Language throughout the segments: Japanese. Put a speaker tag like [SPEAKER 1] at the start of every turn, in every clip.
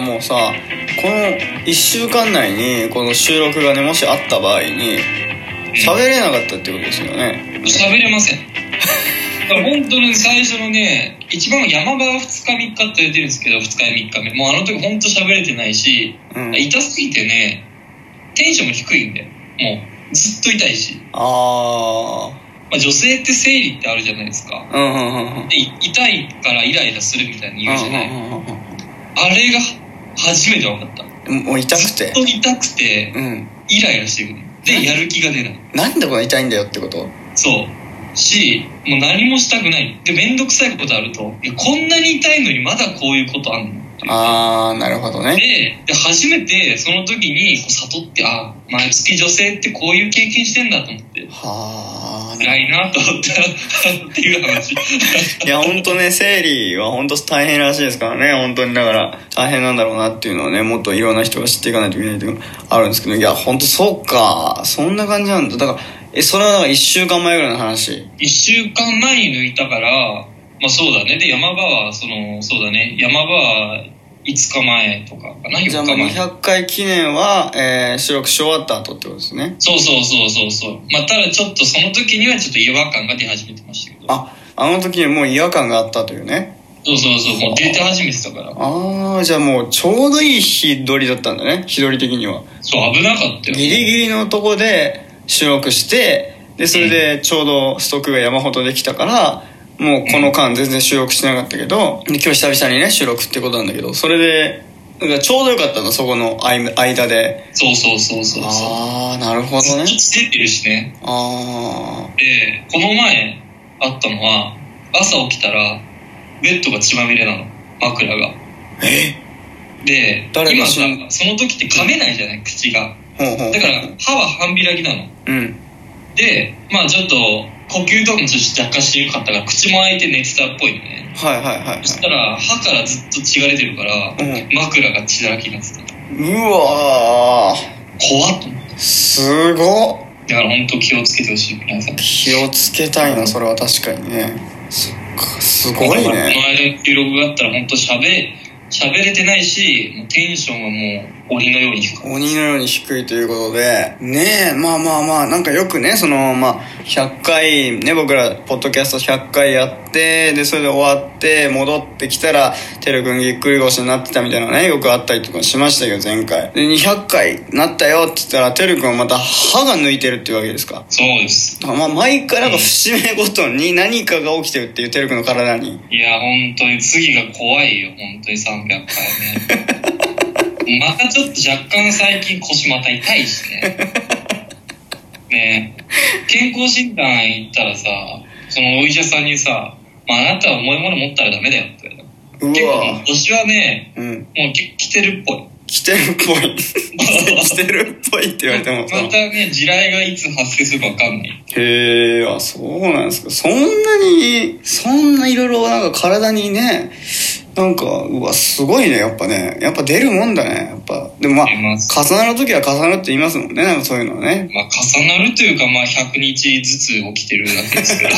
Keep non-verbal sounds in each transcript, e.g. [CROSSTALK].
[SPEAKER 1] もさこの1週間内にこの収録がねもしあった場合に喋れなかったってことですよね
[SPEAKER 2] 喋れませんだから本当に最初のね一番山場は2日3日って言ってるんですけど2日3日目もうあの時本当喋れてないし、
[SPEAKER 1] うん
[SPEAKER 2] 痛すぎてねテンションも低いんでもうずっと痛いし、
[SPEAKER 1] あ
[SPEAKER 2] まあ、女性って生理ってあるじゃないですか
[SPEAKER 1] あうんうんうんうん
[SPEAKER 2] でい痛いからイライラするみたいに言うじゃない、
[SPEAKER 1] うんうんうん
[SPEAKER 2] あれが初めて分かった
[SPEAKER 1] うんもう痛くて
[SPEAKER 2] ずっと痛くて
[SPEAKER 1] うん
[SPEAKER 2] イライラしてくるでやる気が出ない
[SPEAKER 1] なんでこんな痛いんだよってこと
[SPEAKER 2] そうしもう何もしたくないで面倒くさいことあるといやこんなに痛いのにまだこういうことあんのっていう
[SPEAKER 1] ああなるほどね
[SPEAKER 2] でで初めてその時にこう悟ってあ毎月女性ってこういう経験してんだと思って
[SPEAKER 1] はあ
[SPEAKER 2] 辛いなと思ったっていう話 [LAUGHS]
[SPEAKER 1] いや本当ね生理は本当大変らしいですからね本当にだから大変なんだろうなっていうのはねもっといろんな人が知っていかないといけないっていうのがあるんですけどいや本当そうかそんな感じなんだだからえそれはだから1週間前ぐらいの話
[SPEAKER 2] 1週間前に抜いたからまあそうだねで山場はそのそうだね山場は5日前とかかな4
[SPEAKER 1] じゃあ
[SPEAKER 2] 日
[SPEAKER 1] もう
[SPEAKER 2] 前
[SPEAKER 1] 200回記念は、えー収録し終わった後ってことですね
[SPEAKER 2] そうそうそうそうそうまあただちょっとその時にはちょっと違和感が出始めてましたけど
[SPEAKER 1] ああの時にもう違和感があったというね
[SPEAKER 2] そうそうそうもう出て始めてたから
[SPEAKER 1] ああじゃあもうちょうどいい日取りだったんだね日取り的には
[SPEAKER 2] そう危なかったよ
[SPEAKER 1] ギリギリのとこで収録してでそれでちょうどストックが山ほどできたからもうこの間全然収録してなかったけどで今日久々にね収録ってことなんだけどそれでだからちょうどよかったのそこの合い間で
[SPEAKER 2] そうそうそうそうそう
[SPEAKER 1] ああなるほ
[SPEAKER 2] ず
[SPEAKER 1] ど
[SPEAKER 2] っ
[SPEAKER 1] ね
[SPEAKER 2] と出てるしね
[SPEAKER 1] あ
[SPEAKER 2] でこの前あったのは朝起きたらベッドが血まみれなの枕が
[SPEAKER 1] あえ
[SPEAKER 2] で
[SPEAKER 1] 誰が
[SPEAKER 2] 今
[SPEAKER 1] 死
[SPEAKER 2] さ
[SPEAKER 1] ん
[SPEAKER 2] その時って噛めないじゃない口が
[SPEAKER 1] ほうほう
[SPEAKER 2] だから歯は半開きなの
[SPEAKER 1] うん
[SPEAKER 2] でまあちょっと呼吸とかもちょっと若干してるかったから口も開いて寝てたっぽいのね
[SPEAKER 1] はいはいはいはい
[SPEAKER 2] そしたら歯からずっと血が出てるから
[SPEAKER 1] うん
[SPEAKER 2] 枕が血だらけになってた
[SPEAKER 1] うわ
[SPEAKER 2] 怖っと思って
[SPEAKER 1] ーすごっ
[SPEAKER 2] だから本当気をつけてほしい皆さん
[SPEAKER 1] 気をつけたいなそれは確かにねそっかすごい
[SPEAKER 2] だからこ
[SPEAKER 1] ね
[SPEAKER 2] の間の収録があったら本当喋喋れてないしもうテンションはもう鬼のように低く
[SPEAKER 1] 鬼のように低いということで、ねえ、まあまあまあ、なんかよくね、その、まあ、100回、ね、僕ら、ポッドキャスト100回やって、で、それで終わって、戻ってきたら、てるくんぎっくり腰になってたみたいなね、よくあったりとかしましたけど、前回。で、200回なったよって言ったら、てるくんはまた歯が抜いてるっていうわけですか。
[SPEAKER 2] そうです
[SPEAKER 1] だからまあ、毎回なんか節目ごとに何かが起きてるっていうてるくんの体に。
[SPEAKER 2] いや本当に次が怖いよ本当に300回
[SPEAKER 1] [LAUGHS]
[SPEAKER 2] ねまたちょっと若干最近腰また痛いしねねえ健康診断行ったらさそのお医者さんにさ「まあ、あなたは重いもの持ったらダメだよ」って言われた
[SPEAKER 1] う
[SPEAKER 2] 結
[SPEAKER 1] わ
[SPEAKER 2] 構腰はね
[SPEAKER 1] うん。
[SPEAKER 2] もうき来てるっぽい
[SPEAKER 1] 来てるっぽい。来てるっぽいって言われてもさ。
[SPEAKER 2] またね地雷がいつ発生するか分かんない
[SPEAKER 1] へえ、あ、そうなんですか。そんなに、そんないろいろなんか体にね、なんか、うわ、すごいね、やっぱね。やっぱ出るもんだね、やっぱ。でもまあ、
[SPEAKER 2] 出ます
[SPEAKER 1] 重なる時は重なるって言いますもんね、なんかそういうのはね。
[SPEAKER 2] まあ、重なるというか、まあ、100日ずつ起きてるわけです
[SPEAKER 1] [LAUGHS]
[SPEAKER 2] けど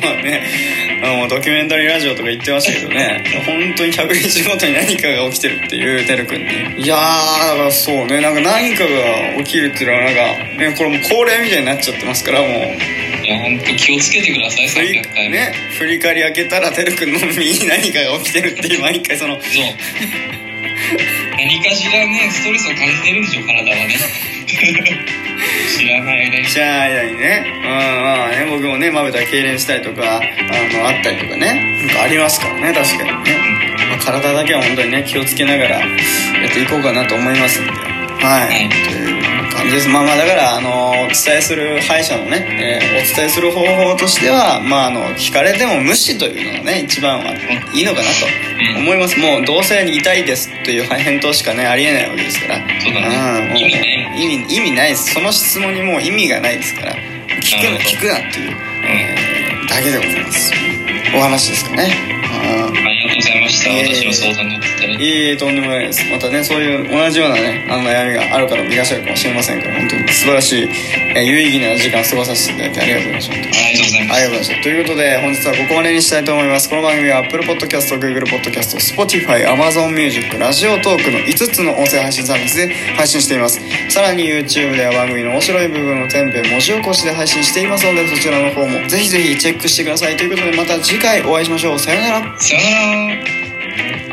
[SPEAKER 1] まあね、あのドキュメンタリーラジオとか言ってましたけどね、本当に100日ごとに何かが起きてるっていう、てるくんに。いやー、だからそうね、なんか何かが起きるっていうのはなんか、ね、これもう恒例みたいになっちゃってますから、もう。
[SPEAKER 2] いや本当気をつけてください
[SPEAKER 1] 振り
[SPEAKER 2] 300回目、
[SPEAKER 1] ね、振り返り開けたらてるくんの身に何かが起きてるっていう毎回その
[SPEAKER 2] そう何かしらねストレスを感じてるんでしょ体
[SPEAKER 1] [LAUGHS]
[SPEAKER 2] はね知らないね
[SPEAKER 1] じゃあ間にねうんうんね僕もねまぶた痙攣したりとかあのあったりとかねなんかありますからね確かにね、まあ、体だけは本当にね気をつけながらやっていこうかなと思いますんではい、
[SPEAKER 2] はい
[SPEAKER 1] という感じですまあまあだからあのお伝えする歯医者のね、えーお伝えする方法としてはまああの聞かれても無視というのがね一番はいいのかなと思います、もうどうせ痛いですという返答しかねありえないわけですから
[SPEAKER 2] そうだね
[SPEAKER 1] んも
[SPEAKER 2] 意味ない
[SPEAKER 1] 意味意味ないですその質問にもう意味がないですから聞く
[SPEAKER 2] なる
[SPEAKER 1] な
[SPEAKER 2] ほど
[SPEAKER 1] 聞くなっていう、えーだけでございますお話ですかねあー
[SPEAKER 2] ありがとうございました。
[SPEAKER 1] いえいえ
[SPEAKER 2] 私の相談に乗ってたら。
[SPEAKER 1] いいとんでもないですまたねそういう同じようなねあの悩みがある方もいらっしゃるかもしれませんから本当に素晴らしい、えー有意義な時間を過ごさせていただいてありがとうございました
[SPEAKER 2] ありがとうございま
[SPEAKER 1] はい、
[SPEAKER 2] す。
[SPEAKER 1] わかりました。ということで、本日はここまでにしたいと思います。この番組は Apple Podcast、Google Podcast、Spotify、Amazon Music、ラジオトークの5つの音声配信サービスで配信しています。さらに YouTube では番組の面白い部分を全編文字起こしで配信していますので、そちらの方もぜひぜひチェックしてください。ということで、また次回お会いしましょう。さようなら。
[SPEAKER 2] さよなら。